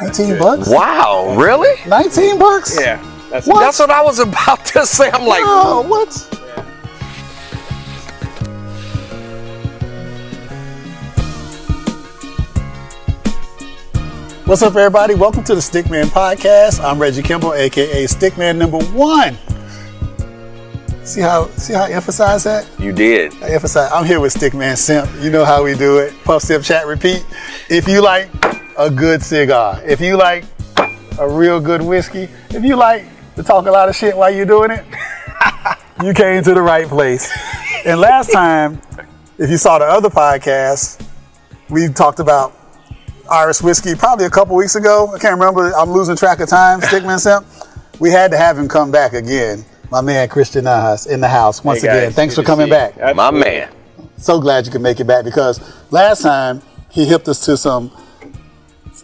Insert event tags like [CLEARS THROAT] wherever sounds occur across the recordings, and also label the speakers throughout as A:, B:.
A: 19 bucks?
B: Wow, really?
A: 19 bucks?
C: Yeah. That's
A: What?
B: That's what I was about to say. I'm like,
A: Oh, what? What's up, everybody? Welcome to the Stickman Podcast. I'm Reggie Kimball, aka Stickman Number One. See how see how I emphasize that?
B: you did.
A: I emphasize. I'm here with Stickman Simp. You know how we do it. Puff Sip Chat Repeat. If you like a good cigar, if you like a real good whiskey, if you like to talk a lot of shit while you're doing it, [LAUGHS] you came to the right place. And last time, if you saw the other podcast, we talked about Irish whiskey probably a couple weeks ago. I can't remember. I'm losing track of time. Stickman Simp. We had to have him come back again. My man Christian Nahas in the house once
C: Hey, guys,
A: again. Thanks for
C: good to
A: coming
C: see you.
A: back
B: My
C: Absolutely.
B: man. [LAUGHS]
A: so glad you could make it back because last time he hipped us to some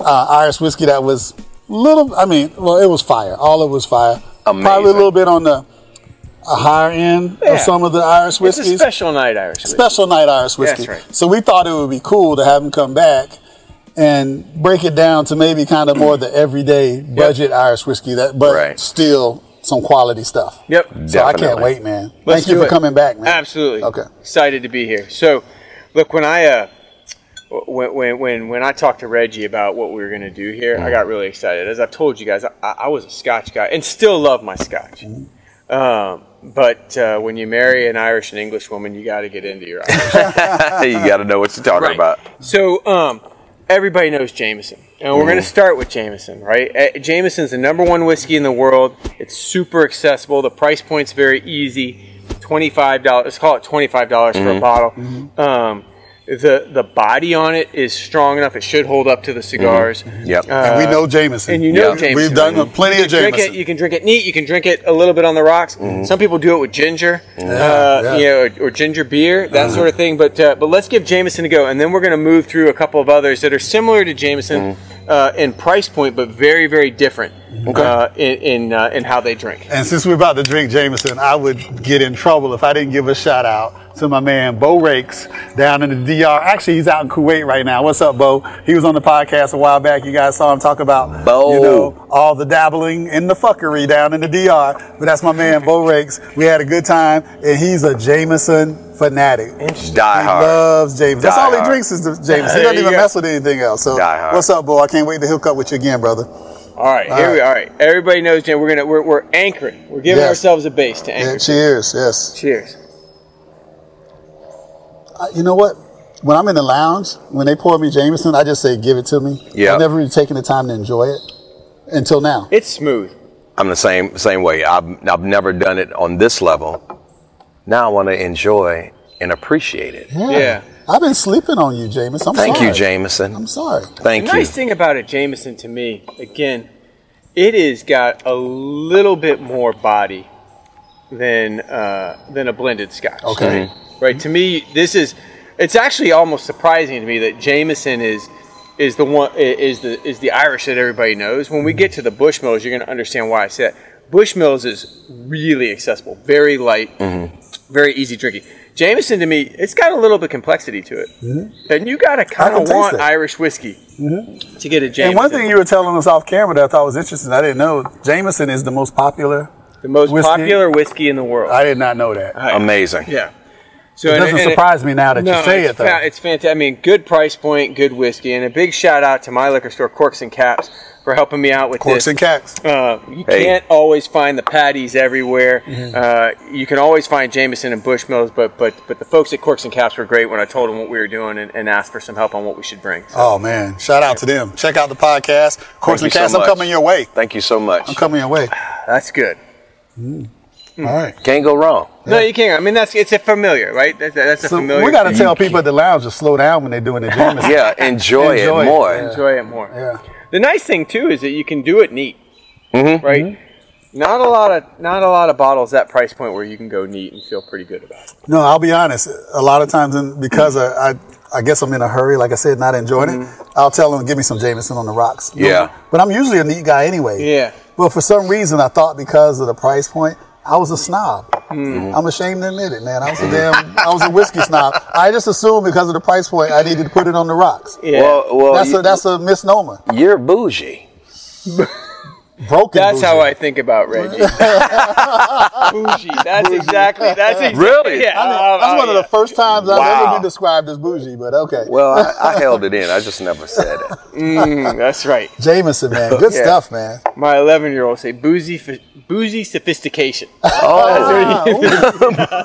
A: uh, Irish whiskey that was little. I mean, well, it was fire. All it was fire. Probably a
B: Amazing.
A: little bit on the a higher end
C: Yeah.
A: of some of the Irish
C: It's a
A: whiskeys.
C: special night, Irish. whiskey.
A: Special night Irish whiskey.
C: That's right.
A: So we thought it would be cool to have him come back and break it down to maybe kind of more the
C: [CLEARS THROAT]
A: everyday budget Irish whiskey that, but
B: Right.
A: still some quality stuff.
C: Yep.
A: So I can't
B: Definitely.
A: wait, man.
C: Let's
A: Thank you
C: do
A: for
C: it.
A: coming back, man.
C: Absolutely.
A: Mm. Okay.
C: Excited to be here. So, look, when I uh, when when when, when I talked to Reggie about what we were going to do here, I got really excited. As I've told you guys, I, I was a Scotch guy and still love my Scotch.
A: Mm-hmm.
C: Um, but uh, when you marry an Irish and English woman, you got to get into
A: [LAUGHS]
C: your Irish.
B: you got to know what you're talking about.
C: So, um, everybody knows Jameson. And we're going
A: Mm-hmm.
C: to start with Jameson, right? Uh, Jameson's the number one whiskey in the world. It's super accessible. The price point's very easy. Twenty-five dollars. Let's call it twenty-five dollars for a
A: Mm-hmm.
C: bottle. Um, the the body on it is strong enough. It should hold up to the cigars. Uh,
B: Yep.
A: Mm-hmm. And we know Jameson.
C: And you know
B: Yeah.
C: Jameson.
A: We've done
C: You
A: plenty of
C: can drink
A: Jameson.
C: It, you can drink it neat. You can drink it a little bit on the rocks. Some people do it with ginger, uh,
A: Mm-hmm. yeah. Uh-huh.
C: you know, or, or ginger beer, that sort of thing. But uh, but let's give Jameson a go, and then we're going to move through a couple of others that are similar to Jameson
A: Mm-hmm.
C: uh, in price point, but very very different uh, in in, uh, in how they drink.
A: And since we're about to drink Jameson, I would get in trouble if I didn't give a shout out to my man Bo Rakes down in the DR. Actually, he's out in Kuwait right now. What's up, Bo? He was on the podcast a while back. You guys saw him talk about
B: Bo.
A: you know all the dabbling in the fuckery down in the DR. But that's my man Bo Rakes. We had a good time, and he's a Jameson fanatic.
B: Die
A: He
B: hard.
A: loves Jameson. That's
B: Die
A: all he
B: hard.
A: drinks is the Jameson.
C: [LAUGHS]
A: He
C: There
A: doesn't
C: you
A: even
C: go.
A: mess with anything else. So,
B: Die hard.
A: what's up, Bo? I can't wait to hook up with you again, brother.
C: All right, here we all right. Everybody knows Jam. We're gonna we're, we're anchoring. We're giving
A: Yes.
C: ourselves a base to anchor.
A: Yeah, cheers. Yes.
C: Cheers.
A: I- Uh, you know what? When I'm in the lounge, when they pour me Jameson, I just say, "Give it to me."
B: Yeah.
A: I've never really taken the time to enjoy it until now.
C: It's smooth.
B: I'm the same same way. I've, I've never done it on this level. Now I want to enjoy and appreciate it.
C: Yeah.
A: I've been sleeping on you, Jameson. I'm
B: Thank you,
A: sorry.
B: Jameson.
A: I'm sorry.
B: Thank
C: The nice
B: you.
C: thing about it, Jameson, to me, again, it has got a little bit more body than uh, than a blended Scotch.
A: Okay.
C: right? right. To me, this is it's actually almost surprising to me that Jameson is is the one i- is the is the Irish that everybody knows. When we get to the Bushmills, you're going to understand why I said that. Bushmills is really accessible, very light,
A: Mm-hmm.
C: very easy drinking. Jameson to me, it's got a little bit of complexity to it, and you got to
A: Mm-hmm. can
C: kind of
A: taste
C: want
A: it.
C: Irish whiskey to get a Jameson.
A: And one thing you were telling us off camera that I thought was interesting, I didn't know Jameson is the most popular.
C: the most
A: whiskey-
C: popular whiskey in the world.
A: I did not know that.
B: Uh,
A: It
B: Amazing.
C: yeah. So and-
A: doesn't
C: and it-
A: surprise me now that you say
C: it's
A: it though.
C: fa- it's fantastic. I mean, good price point, good whiskey, and a big shout out to my liquor store, Corks and Caps, for helping me out with
A: Corks
C: this.
A: and cats.
C: Uh, you
B: Hey.
C: can't always find the patties everywhere.
A: Mm-hmm.
C: Uh, you can always find Jameson and Bushmills, but but but the folks at Corks and Caps were great when I told them what we were doing and, and asked for some help on what we should bring.
A: Oh man! Shout out to them. Check out the podcast. Corks
B: Thank you
A: and
B: so
A: cats. I'm
B: much.
A: coming your way.
B: Thank you so much.
A: I'm coming your way.
C: That's good.
A: All right.
B: Can't go wrong.
C: No, you can't. I mean, that's it's a familiar, right? That's, that's a
A: So
C: familiar.
A: we got to
C: thing.
A: tell people at the lounge to slow down when they're doing the Jameson.
B: Yeah,
A: Enjoy
B: enjoy,
A: it,
B: it more.
A: yeah.
C: enjoy it more.
A: yeah.
C: The nice thing too is that you can do it neat, right? Mm-hmm. Not a lot of not a lot of bottles at price point where you can go neat and feel pretty good about it.
A: No, I'll be honest. A lot of times, in, because I, I, I guess I'm in a hurry, like I said, not enjoying it, I'll tell them, give me some Jameson on the rocks.
B: Yeah.
A: But I'm usually a neat guy anyway.
C: Yeah.
A: But for some reason, I thought because of the price point, I was a snob. I'm ashamed to admit it, man. I was a damn, I was a whiskey snob. I just assumed because of the price point, I needed to put it on the rocks.
C: Yeah.
B: Well, well,
A: that's
B: you,
A: a that's a misnomer.
B: you're bougie.
A: Broken.
C: That's
A: bougie.
C: how I think about [LAUGHS] Reggie. bougie. That's exactly. That's exactly.
B: Really?
C: Yeah.
A: I mean,
C: oh,
A: that's
C: oh,
A: one of
C: yeah.
A: the first times I've ever
B: Uh, Wow.
A: been described as bougie, but okay.
B: Well, [LAUGHS] I, I held it in. I just never said it.
C: Mm, [LAUGHS] that's right.
A: Jameson,
B: [LAUGHS]
A: man, good
B: Yeah.
A: stuff, man.
C: My 11 year old say boozy, f- boozy sophistication. [LAUGHS]
B: Oh,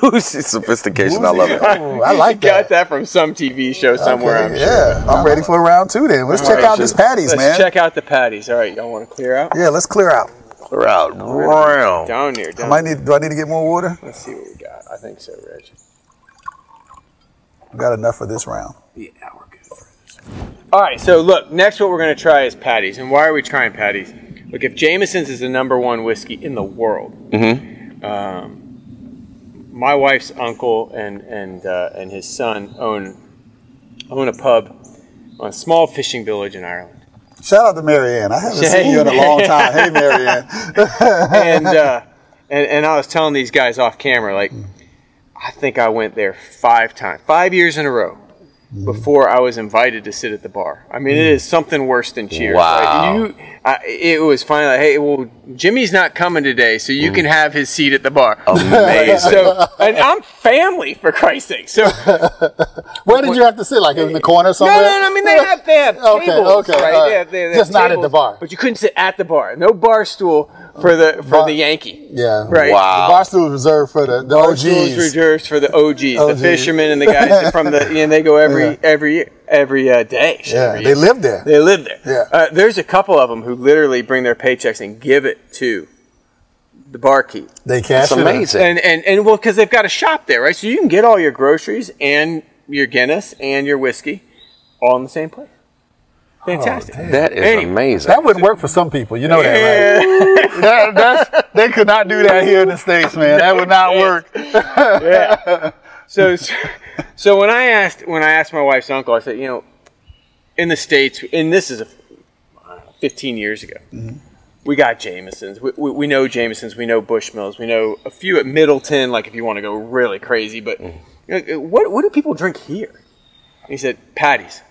B: [LAUGHS] bougie sophistication. I love it.
A: Ooh, I like that.
C: Got that from some TV show somewhere. I'm
A: Okay,
C: sure.
A: yeah, I'm ready for round two then. Let's check
B: right,
A: out this
B: sure.
A: patties,
C: Let's
A: man.
C: check out the patties. All right, y'all want to clear out?
A: Yeah, let's clear out.
B: We're out. Round.
C: Down here.
A: I
C: Down.
A: might need. Do I need to get more water?
C: Let's see what we got. I think so, Reggie.
A: I've got enough for this round.
C: Yeah, we're good. All right, so look, next what we're going to try is patties. And why are we trying patties? Look, if Jameson's is the number one whiskey in the world, um, my wife's uncle and and uh, and his son own own a pub on a small fishing village in Ireland.
A: Shout out to Marianne. I haven't
C: Hey,
A: seen you in a long time.
B: [LAUGHS]
A: Hey, Marianne. [LAUGHS]
C: and uh, and and I was telling these guys off camera, like I think I went there five times, five years in a row, before I was invited to sit at the bar. I mean,
A: Hmm.
C: it is something worse than cheers.
B: Wow.
C: Like, you, I, it was finally, like, hey, well, Jimmy's not coming today, so
A: Hmm.
C: you can have his seat at the bar. [LAUGHS]
B: Amazing.
C: So, and I'm family for Christ's sake.
A: [LAUGHS]
C: So no,
A: Where did you have to sit? Like in the corner
C: no,
A: somewhere?
C: no, I mean they have they have
A: Okay,
C: tables,
A: okay,
C: right?
A: all right.
C: They have, they have
A: Just not at the
C: tables,
A: bar.
C: But you couldn't sit at the bar. No bar stool for the for
A: Bar-
C: the Yankee.
A: Yeah.
C: Right.
A: The
B: Wow.
A: bar stool is reserved for the,
B: Oh,
A: the
C: Those
A: OGs.
C: reserves for the
A: OGs.
C: OGs, the fishermen and the guys that
A: [LAUGHS]
C: from the, you know, they go every
A: Oh, Yeah.
C: every every uh, day.
A: Yeah,
C: Every
A: they
C: year.
A: live there.
C: They live there.
A: Yeah.
C: Uh, there's a couple of them who literally bring their paychecks and give it to the barkeep.
A: They cash
B: It's
A: it in.
B: amazing.
C: And and and well, because they've got a shop there, right? So you can get all your groceries and your Guinness and your whiskey all in the same place. Fantastic.
A: Oh,
B: That is
C: Anyway.
B: amazing.
A: That wouldn't work for some people. You know that, right?
C: Yeah.
A: [LAUGHS] That- that's, they could not do that here in the states, man. That would not work.
C: so, [LAUGHS] so so when I asked when I asked my wife's uncle, I said, you know, in the states, and this is a, uh, 15 years ago, we got Jamesons. We, we, we know Jamesons. We know Bushmills. We know a few at Middleton. Like if you want to go really crazy, but you know, what what do people drink here? And he said, Paddy's.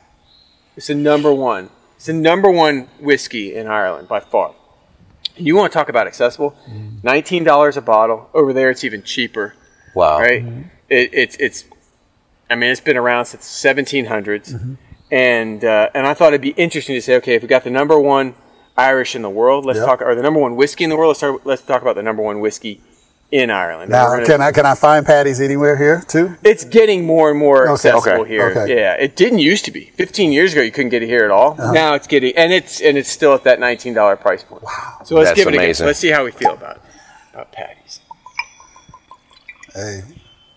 C: It's the number one. It's the number one whiskey in Ireland by far. And you want to talk about accessible? Nineteen dollars a bottle. Over there, it's even cheaper
B: wow.
C: right?
A: Mm-hmm.
C: It, it's it's, I mean, it's been around since 1700s,
A: Mm-hmm.
C: and uh, and I thought it'd be interesting to say, okay, if we got the number one Irish in the world, let's
A: Yep.
C: talk, or the number one whiskey in the world, let's talk, let's talk about the number one whiskey in Ireland.
A: Now, can I can I find patties anywhere here too?
C: It's getting more and more
A: Okay.
C: accessible
B: Okay.
C: here.
A: Okay. Uh-huh.
C: Yeah, it didn't used to be. 15 years ago, you couldn't get it here at all. Now it's getting, and it's and it's still at that $19 price point. Wow, so let's
B: That's
C: give it a
B: amazing.
C: go. Let's see how we feel about it. Uh,
A: [LAUGHS]
C: patties.
A: Hey,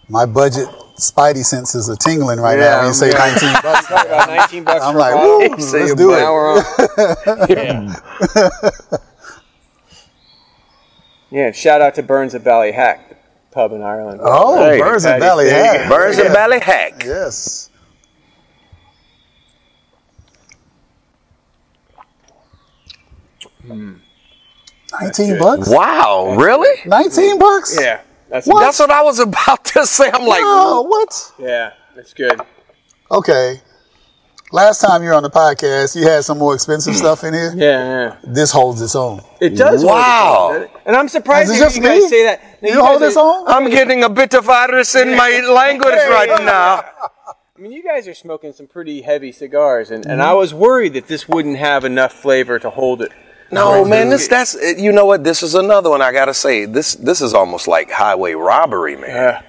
A: my budget spidey senses are tingling right now
B: Yeah,
A: when you say
B: yeah.
A: 19 bucks.
C: About 19 bucks
A: I'm
C: for
B: [LAUGHS]
C: a
A: like,
C: bottle.
A: woo,
B: Say
A: let's
B: it,
A: do
B: bud.
A: it.
C: Now we're on.
A: [LAUGHS]
C: Yeah, shout out to Burns of Ballyhack pub in Ireland.
A: Oh,
B: Hey,
A: birds and
C: patties,
A: belly
C: there you
A: hat.
C: go.
B: Burns and
A: Yeah.
B: Valley Hack.
A: Yes.
B: Hmm.
A: Nineteen
C: good.
A: bucks.
B: Wow. Really?
A: Nineteen bucks.
C: Yeah, that's
A: What?
B: That's what I was about to say. I'm like,
A: Oh, what?
C: Yeah, that's good.
A: Okay. Last time you were on the podcast, you had some more expensive stuff in here.
C: Hmm. Yeah, yeah.
A: This holds its own.
C: it does. hold
B: Wow.
C: its own. and I'm surprised
A: Is it
C: that
A: just
C: you guys
A: me?
C: say that. Now,
A: You,
C: guys
A: hold
C: are-
A: this on?
B: I'm getting a bit of virus in my language right now.
C: I mean, you guys are smoking some pretty heavy cigars, and,
A: Mm-hmm.
C: and I was worried that this wouldn't have enough flavor to hold it.
B: No, man, this that's uh, you know what? This is another one I gotta say. This this is almost like highway robbery, man.
C: Yeah.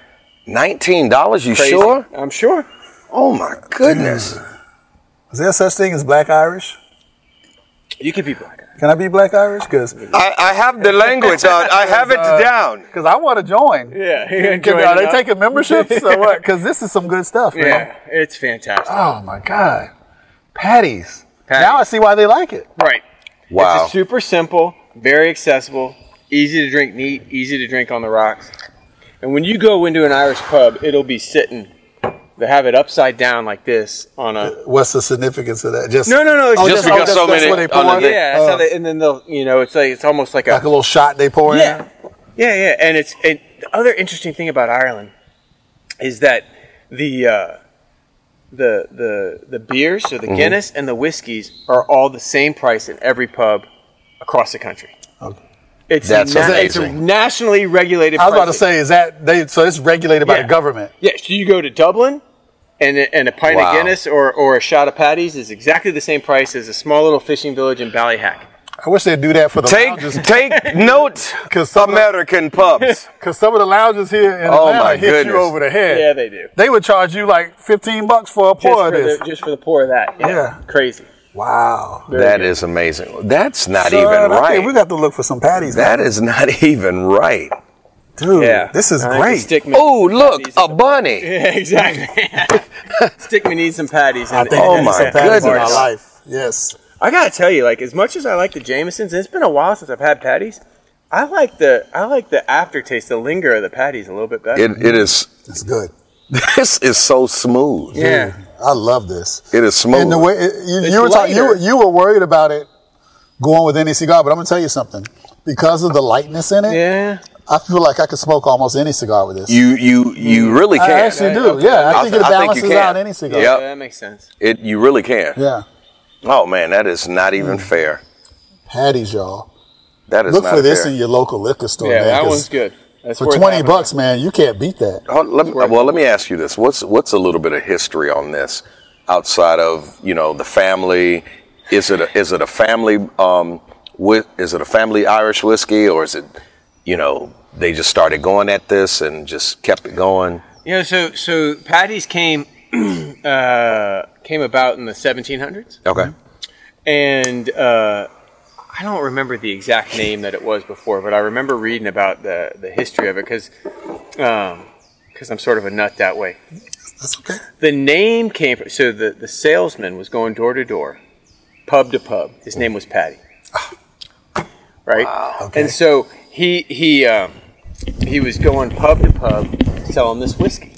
B: Nineteen dollars? You
C: Crazy.
B: sure?
C: I'm sure.
B: Oh my goodness!
A: Is there such thing as black Irish?
C: You could be black.
A: Can I be black Irish? Because
B: I, I have the language. I, I have it
A: uh,
B: down.
A: I want to join.
C: Yeah, [LAUGHS]
A: Are they taking memberships or what? Because this is some good stuff, man.
C: Yeah, it's fantastic.
A: Oh my God, patties.
C: Patties.
A: Now I see why they like it.
C: Right.
B: Wow.
C: It's a super simple, very accessible, easy to drink neat, easy to drink on the rocks. And when you go into an Irish pub, it'll be sitting. They have it upside down like this on a.
A: What's the significance of that? Just
C: No, no, no. It's
A: Oh, that's-
B: Just because
A: that's-
B: so
A: that's
B: many
A: what they pour
B: on the
A: in?
B: day.
C: yeah, that's how they, and then they'll, you know, it's like it's almost like
A: like a
C: a.
A: little shot they pour in.
C: Yeah. Yeah, yeah, and it's and the other interesting thing about Ireland is that the uh, the the the beers, so the
A: Mm-hmm.
C: Guinness and the whiskeys, are all the same price in every pub across the country. It's
B: That's
C: a na- it's a
B: amazing.
C: nationally regulated.
A: I was about to
C: pricing.
A: say, is that they? So it's regulated by
C: Yeah.
A: the government.
C: Yeah, so you go to Dublin, and a, and a pint
B: Wow.
C: of Guinness or, or a shot of Paddy's is exactly the same price as a small little fishing village in Ballyhack.
A: I wish they'd do that for the
B: Take
A: lounges
B: take note,
A: because some, of the-
B: American
A: [LAUGHS]
B: pubs.
A: 'cause some of the lounges here in
B: Oh,
A: Atlanta
B: my
A: hit
B: goodness.
A: you over the head.
C: Yeah, they do.
A: They would charge you like fifteen bucks for a
C: Just
A: pour of
C: for
A: this.
C: the, just for the pour of that. Yeah.
A: Yeah.
C: Crazy.
A: wow,
B: That is amazing. That's not
A: Son,
B: even
A: I think we
B: right.
A: got to look for some patties.
B: That is not [LAUGHS] even right.
A: dude,
C: Yeah.
A: this is
C: I think the
A: great.
C: Stick man-
B: Oh, look,
C: Patties
B: a
C: and-
B: bunny.
C: Yeah, exactly. [LAUGHS] Stickman needs some patties.
A: I
C: And,
A: think
B: Oh,
A: I need
B: my
A: some patties in my
B: goodness.
A: life. Yes,
C: I gotta tell you, like as much as I like the Jamesons, it's been a while since I've had patties. I like the I like the aftertaste, the linger of the patties a little bit better.
B: It, it is. [LAUGHS]
A: it's good.
B: This is so smooth.
C: yeah,
A: I love this.
B: It is smooth.
A: And the way it, you,
C: It's
A: you were talking, you,
C: lighter.
A: were- you were worried about it going with any cigar, but I'm gonna tell you something. Because of the lightness in it,
C: yeah.
A: I feel like I could smoke almost any cigar with this.
B: you you you really
A: I
B: can.
A: actually do.
C: okay.
A: Yeah, I,
B: I
A: think
B: th-
A: it
B: I think
A: balances
B: you can.
A: out any cigar.
B: Yep.
C: Yeah, Oh, that makes sense.
B: It you really can.
A: Yeah,
B: Oh man, that is not even fair.
A: patties, y'all.
B: That is
A: Look
B: not
A: for this
B: fair.
A: in your local liquor store.
C: Yeah,
A: man,
C: that
A: 'cause
C: one's good. That's
A: For
C: worth
A: twenty
C: having.
A: bucks, man, you can't beat that.
B: Hold- let me- well, let me ask you this: what's what's a little bit of history on this, outside of you know the family? Is it a, is it a family um with is it a family Irish whiskey or is it you know they just started going at this and just kept it going?
C: Yeah, so so patties came [CLEARS THROAT] uh, came about in the 1700s,
B: Okay,
C: and uh, I don't remember the exact name that it was before, but I remember reading about the the history of it because I'm sort of a nut that way.
A: That's okay.
C: The name came from so the the salesman was going door to door, pub to pub. His name was Patty, right?
A: okay.
C: And so he he um, he was going pub to pub selling this whiskey.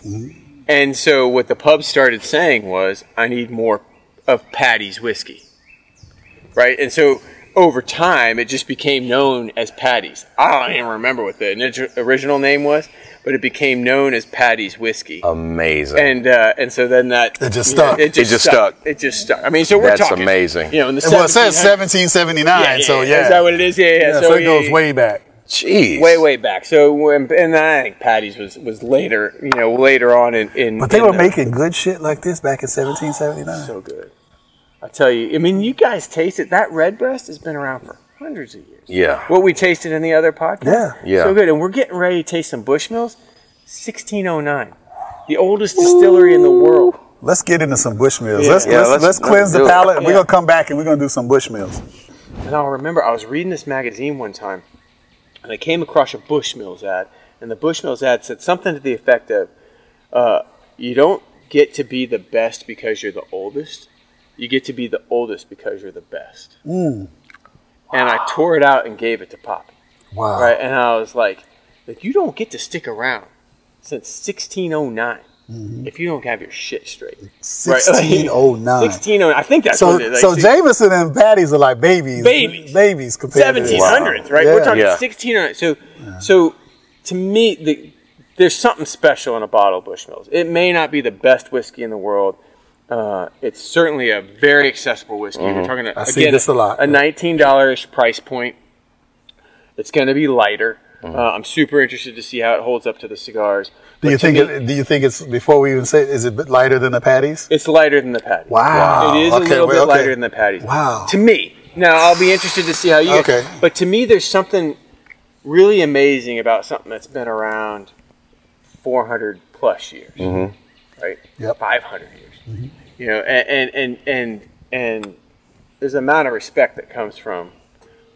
C: And so what the pub started saying was, "I need more of Patty's whiskey," right? And so over time, it just became known as Patty's. I don't even remember what the init- original name was, but it became known as Patty's whiskey
B: amazing.
C: and uh, and so then that
A: It just
C: you know,
A: stuck.
C: It just,
B: It just
C: stuck.
B: stuck.
C: It just stuck. I mean, so we're
B: That's
C: talking.
B: amazing.
C: You know, in the
A: Well, it says
C: 1700s.
A: 1779, so yeah,
C: is that what it is? Yeah, yeah.
A: Yeah, so,
C: so
A: it
C: yeah,
A: goes
C: yeah,
A: way back.
B: Jeez,
C: way way back. So when, and I think Patty's was was later. You know, later on in. in
A: But they
C: in
A: were
C: the-
A: making good shit like this back in 1779.
C: so good. I tell you, I mean, you guys taste it. That red breast has been around for hundreds of years.
B: Yeah,
C: What we tasted in the other podcast.
A: Yeah.
B: Yeah.
C: So good. And we're getting ready to taste some Bushmills. 1609, the oldest distillery in the world.
A: Let's get into some Bushmills.
C: Yeah.
A: Let's,
B: Yeah,
A: let's,
B: let's-
A: let's
B: let's
A: cleanse
B: do
A: the
B: it.
A: palate. We're
C: Yeah.
A: gonna come back and we're gonna do some Bushmills.
C: And I'll remember I was reading this magazine one time, and I came across a Bushmills ad, and the Bushmills ad said something to the effect of, uh, "You don't get to be the best because you're the oldest. You get to be the oldest because you're the best."
A: Mm.
C: And I tore it out and gave it to Poppy.
A: Wow.
C: Right, and I was like, "Like you don't get to stick around since 1609
A: Mm-hmm.
C: if you don't have your shit straight." Right, [LAUGHS] like-
A: 1609.
C: 1609. I think that's
A: So,
C: what it is. like,
A: so
C: see-
A: Jameson and Patties are like babies.
C: Babies.
A: Babies compared to
C: seventeen
A: this.
C: hundreds, right? We're
A: Yeah.
C: talking
B: Yeah.
C: sixteen hundred. So, so to me, the, there's something special in a bottle of Bushmills. It may not be the best whiskey in the world. Uh, it's certainly a very accessible whiskey. We're talking
A: I
C: again
A: see this a lot.
C: nineteen dollars price point. It's going to be lighter.
A: Mm-hmm.
C: Uh, I'm super interested to see how it holds up to the cigars.
A: Do
C: But
A: you
C: to
A: think?
C: me,
A: it, do you think it's before we even say? it, Is it a bit lighter than the Patties?
C: it's lighter than the patty?
A: Wow.
C: It is
A: Okay,
C: a little
A: well,
C: bit
A: okay.
C: lighter than the patties.
A: Wow.
C: To me. Now I'll be interested to see how you
A: Okay.
C: but to me there's something really amazing about something that's been around four hundred plus years.
A: Mm-hmm.
C: Right?
A: Yep. Mm-hmm.
C: Five hundred years. You know, and, and and and and there's an amount of respect that comes from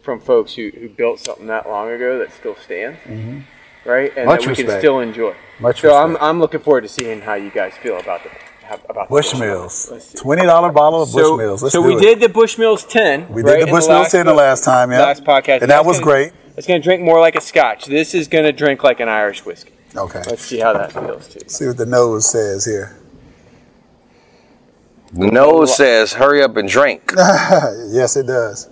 C: from folks who, who built something that long ago that still stands.
A: Mm-hmm.
C: Right? And
A: Much
C: that we can
A: respect.
C: still enjoy.
A: Much
C: so I'm,
A: respect.
C: I'm looking forward to seeing how you guys feel about the how- about the Let's
A: Bushmills.
C: see.
A: Twenty dollar bottle of
C: So,
A: Bushmills. Let's
C: so
A: do
C: we
A: it.
C: did the Bushmills 10.
A: We
C: right,
A: did
C: in
A: the Bushmills in the last time. Yeah.
C: last podcast.
A: and that was
C: That's gonna-
A: great.
C: It's going to drink more like a scotch. This is going to drink like an Irish whiskey.
A: Okay.
C: Let's see how that feels, too.
A: see what the nose says here.
B: the nose says hurry up and drink.
A: yes, it does.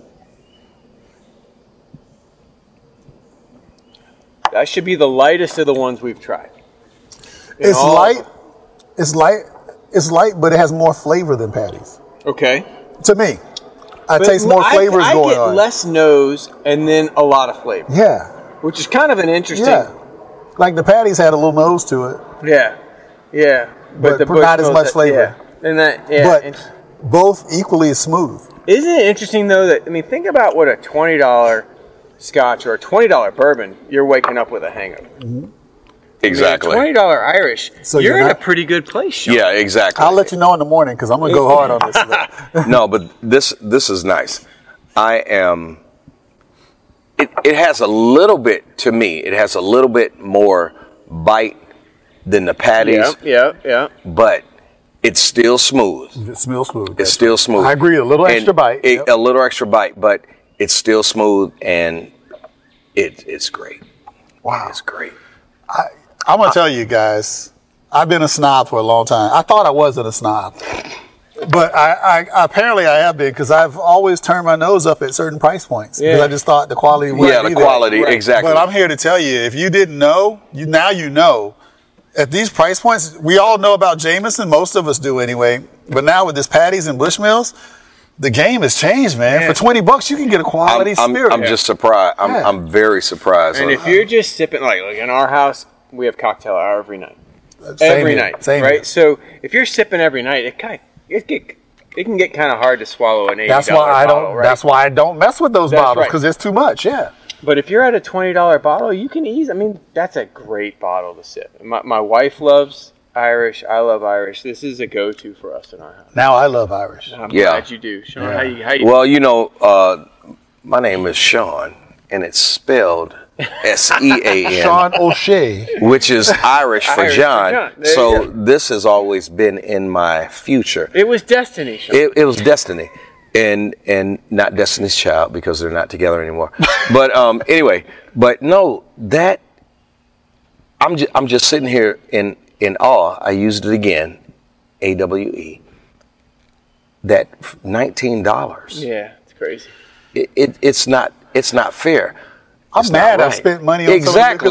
C: That should be the lightest of the ones we've tried. In
A: It's
C: all-
A: light. It's light. It's light, but it has more flavor than Patty's.
C: Okay.
A: To me, I
C: But
A: taste more
C: I-
A: flavors
C: I,
A: going
C: get
A: on.
C: less nose and then a lot of flavor,
A: yeah,
C: which is kind of an interesting.
A: yeah. Like the Patty's had a little nose to it,
C: Yeah, yeah.
A: But not as
C: Bushmills,
A: much
C: that-
A: flavor.
C: Yeah. And that, yeah.
A: but
C: and-
A: both equally as smooth.
C: isn't it interesting though that I mean, think about what a twenty dollar scotch or a twenty dollar bourbon you're waking up with a hangover. Twenty
B: Exactly.
C: dollar Irish.
A: So
C: So you're,
A: you're
C: in
A: not-
C: a pretty good place. Sean.
B: Yeah, exactly.
A: I'll let you know in the morning because I'm gonna go hard on
C: [LAUGHS]
A: this. today.
B: no, but this this is nice. I am. It, it has a little bit to me. It has a little bit more bite than the patties,
C: Yeah, yeah, yeah.
B: but it's still smooth.
A: it smells smooth.
B: It's still smooth.
A: I agree, a little
B: And
A: extra bite,
B: it-
A: yep.
B: A little extra bite, but it's still smooth and it it's great.
A: wow.
B: It's great.
A: I'm gonna tell you guys, I've been a snob for a long time. I thought I wasn't a snob, but I, I apparently I have been because I've always turned my nose up at certain price points because
C: Yeah.
A: I just thought the quality. Wouldn't
B: yeah,
A: be
B: the
A: there.
B: quality
C: Right.
B: exactly.
A: But I'm here to tell you, if you didn't know, you now you know. At these price points, we all know about Jameson. Most of us do anyway. But now with this Patties and Bushmills, the game has changed, man.
C: Yeah.
A: For 20 bucks, you can get a quality
B: I'm, I'm,
A: spirit.
B: I'm just surprised. I'm,
A: Yeah.
B: I'm very surprised.
C: And
B: on-
C: if you're just sipping, like, like in our house, we have cocktail hour every night.
A: Same
C: every
A: here,
C: night,
A: same
C: right?
A: here.
C: So if you're sipping every night, it kind of it get it can get kind of hard to swallow an eighty
A: That's why I don't.
C: bottle, right?
A: That's why I don't mess with those
C: That's
A: bottles
C: right.
A: because it's too much. Yeah.
C: But if you're at a twenty dollar bottle, you can ease. I mean, that's a great bottle to sip. My, my wife loves Irish. I love Irish. This is a go to for us in our house.
A: Now I love Irish.
C: I'm
B: Yeah.
C: glad you do, Sean. How you, how you,
B: Well, you know, uh, my name is Sean, and it's
C: [LAUGHS]
B: spelled S E A N,
A: Sean O'Shea.
B: which is Irish for
C: Irish for
B: John.
C: John. There you
B: So
C: go.
B: this has always been in my future.
C: it was destiny, Sean.
B: It, it was destiny, and and not Destiny's Child because they're not together
C: [LAUGHS]
B: anymore. but um, anyway, but no, that I'm just, I'm just sitting here in in awe. I used it again, A W E. That nineteen dollars
C: yeah, it's crazy.
B: it, it it's not it's not fair.
A: I'm
B: It's not
A: mad I
B: right.
A: spent money on
B: exactly.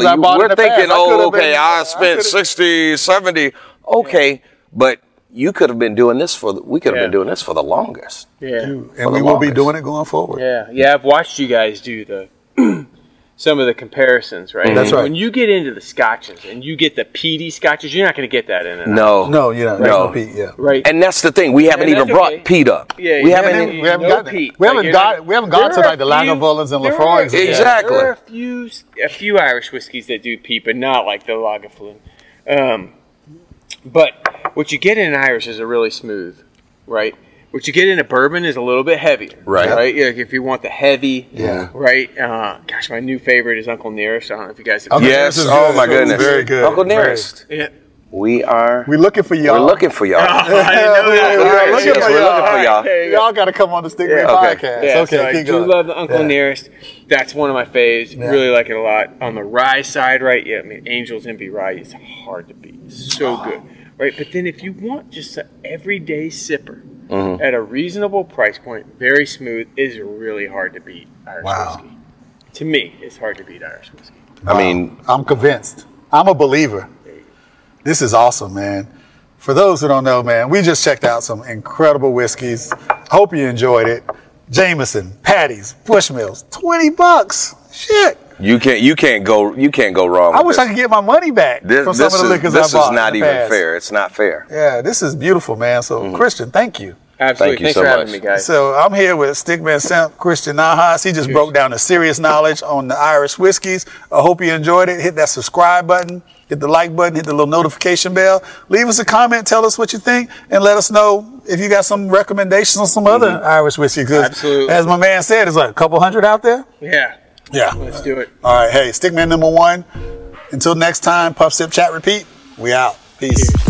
A: something because I bought it
B: We're
A: in the past.
B: thinking,
A: I
B: oh,
A: could've been-
B: okay, I
A: I
B: spent
A: could've-
B: 60, 70. Okay, but you could have been doing this for the, we could have
C: Yeah.
B: been doing this for the longest.
C: Yeah.
A: And we
B: the
A: will be
B: longest.
A: doing it going forward.
C: Yeah, yeah. I've watched you guys do the [CLEARS THROAT] some of the comparisons, right?
A: That's right.
C: When you get into the scotches and you get the peaty scotches, you're not going to get that in. An
B: No,
A: No, you know,
B: No.
A: no. Pete, yeah.
C: right?
B: And that's the thing. We haven't
C: And
B: even
C: that's
B: brought
C: okay.
B: Pete up.
C: Yeah,
B: we
A: We
B: haven't.
C: yeah. And
A: haven't,
C: then-
B: even-
A: we haven't
C: no
A: gotten,
C: Pete.
A: we haven't
C: Like, you're
A: got,
C: not-
A: we haven't
C: There
A: gone to
C: are
A: like the
C: a few-
A: Lagavulins and
C: there
A: Lafroigs.
C: are-
A: yet.
B: Exactly.
C: There are a few, a few Irish whiskeys that do peat, but not like the Lagavulin. Um, but what you get in an Irish is a really smooth, right? What you get in a bourbon is a little bit heavier,
B: Right.
C: Right? Yeah, like if you want the heavy,
A: Yeah.
C: right. Uh, gosh, my new favorite is Uncle Nearest. I don't know if you guys have.
A: Uncle
B: Yes.
A: Nearest is
B: Oh
A: good.
B: my
A: It's
B: goodness.
A: very good.
B: Uncle
A: Very-
B: Nearest.
C: [LAUGHS] Yeah.
B: We are.
A: We're looking for y'all.
B: We're looking for
A: [LAUGHS]
B: y'all.
C: Oh, I didn't know that.
A: Yeah,
B: All
A: we're
B: [LAUGHS] right,
A: looking
B: yes,
A: for
B: we're
A: y'all.
B: looking for y'all.
C: All right, there you go.
A: Y'all got to come on the Stigma
B: Yeah, okay.
A: podcast.
C: Yeah,
A: okay,
C: so I
A: keep
C: do
A: going.
C: love the Uncle
A: Yeah.
C: Nearest. That's one of my faves. Really like it a lot. On the rye side, right? Yeah, I mean, Angels Envy Rye is hard to beat. It's
A: Ah.
C: So good, right? But then if you want just an everyday sipper
A: Mm-hmm.
C: at a reasonable price point, very smooth, is really hard to beat Irish
A: Wow.
C: whiskey. To me, it's hard to beat Irish whiskey.
B: I mean,
A: I'm convinced. I'm a believer. This is awesome, man. For those who don't know, man, we just checked out some incredible whiskeys. Hope you enjoyed it. Jameson, Patty's, Bushmills, 20 bucks. Shit.
B: you can't. You can't go. You can't go wrong.
A: I
B: with
A: wish
B: this.
A: I could get my money back
B: This,
A: from some
B: this
A: of the
B: is,
A: liquors
B: this
A: I bought.
B: is not
A: in
B: even
A: the past.
B: fair. Mm-hmm. It's not fair.
A: Yeah, this is beautiful, man. So, Christian, thank you.
C: Absolutely.
B: you
C: Thanks
B: so
C: for
B: much.
C: having me, guys.
A: So I'm here with Stickman Simp, Christian Nahas. He just broke down the serious knowledge on the Irish whiskeys. I hope you enjoyed it. Hit that subscribe button, hit the like button, hit the little notification bell. Leave us a comment, tell us what you think, and let us know if you got some recommendations on some other Irish whiskey. 'Cause
C: Absolutely.
A: As my man said, there's like a couple hundred out there.
C: yeah,
A: Yeah.
C: let's do it.
A: All right. Hey, Stickman number one. Until next time, Puff Sip Chat Repeat. We out. Peace.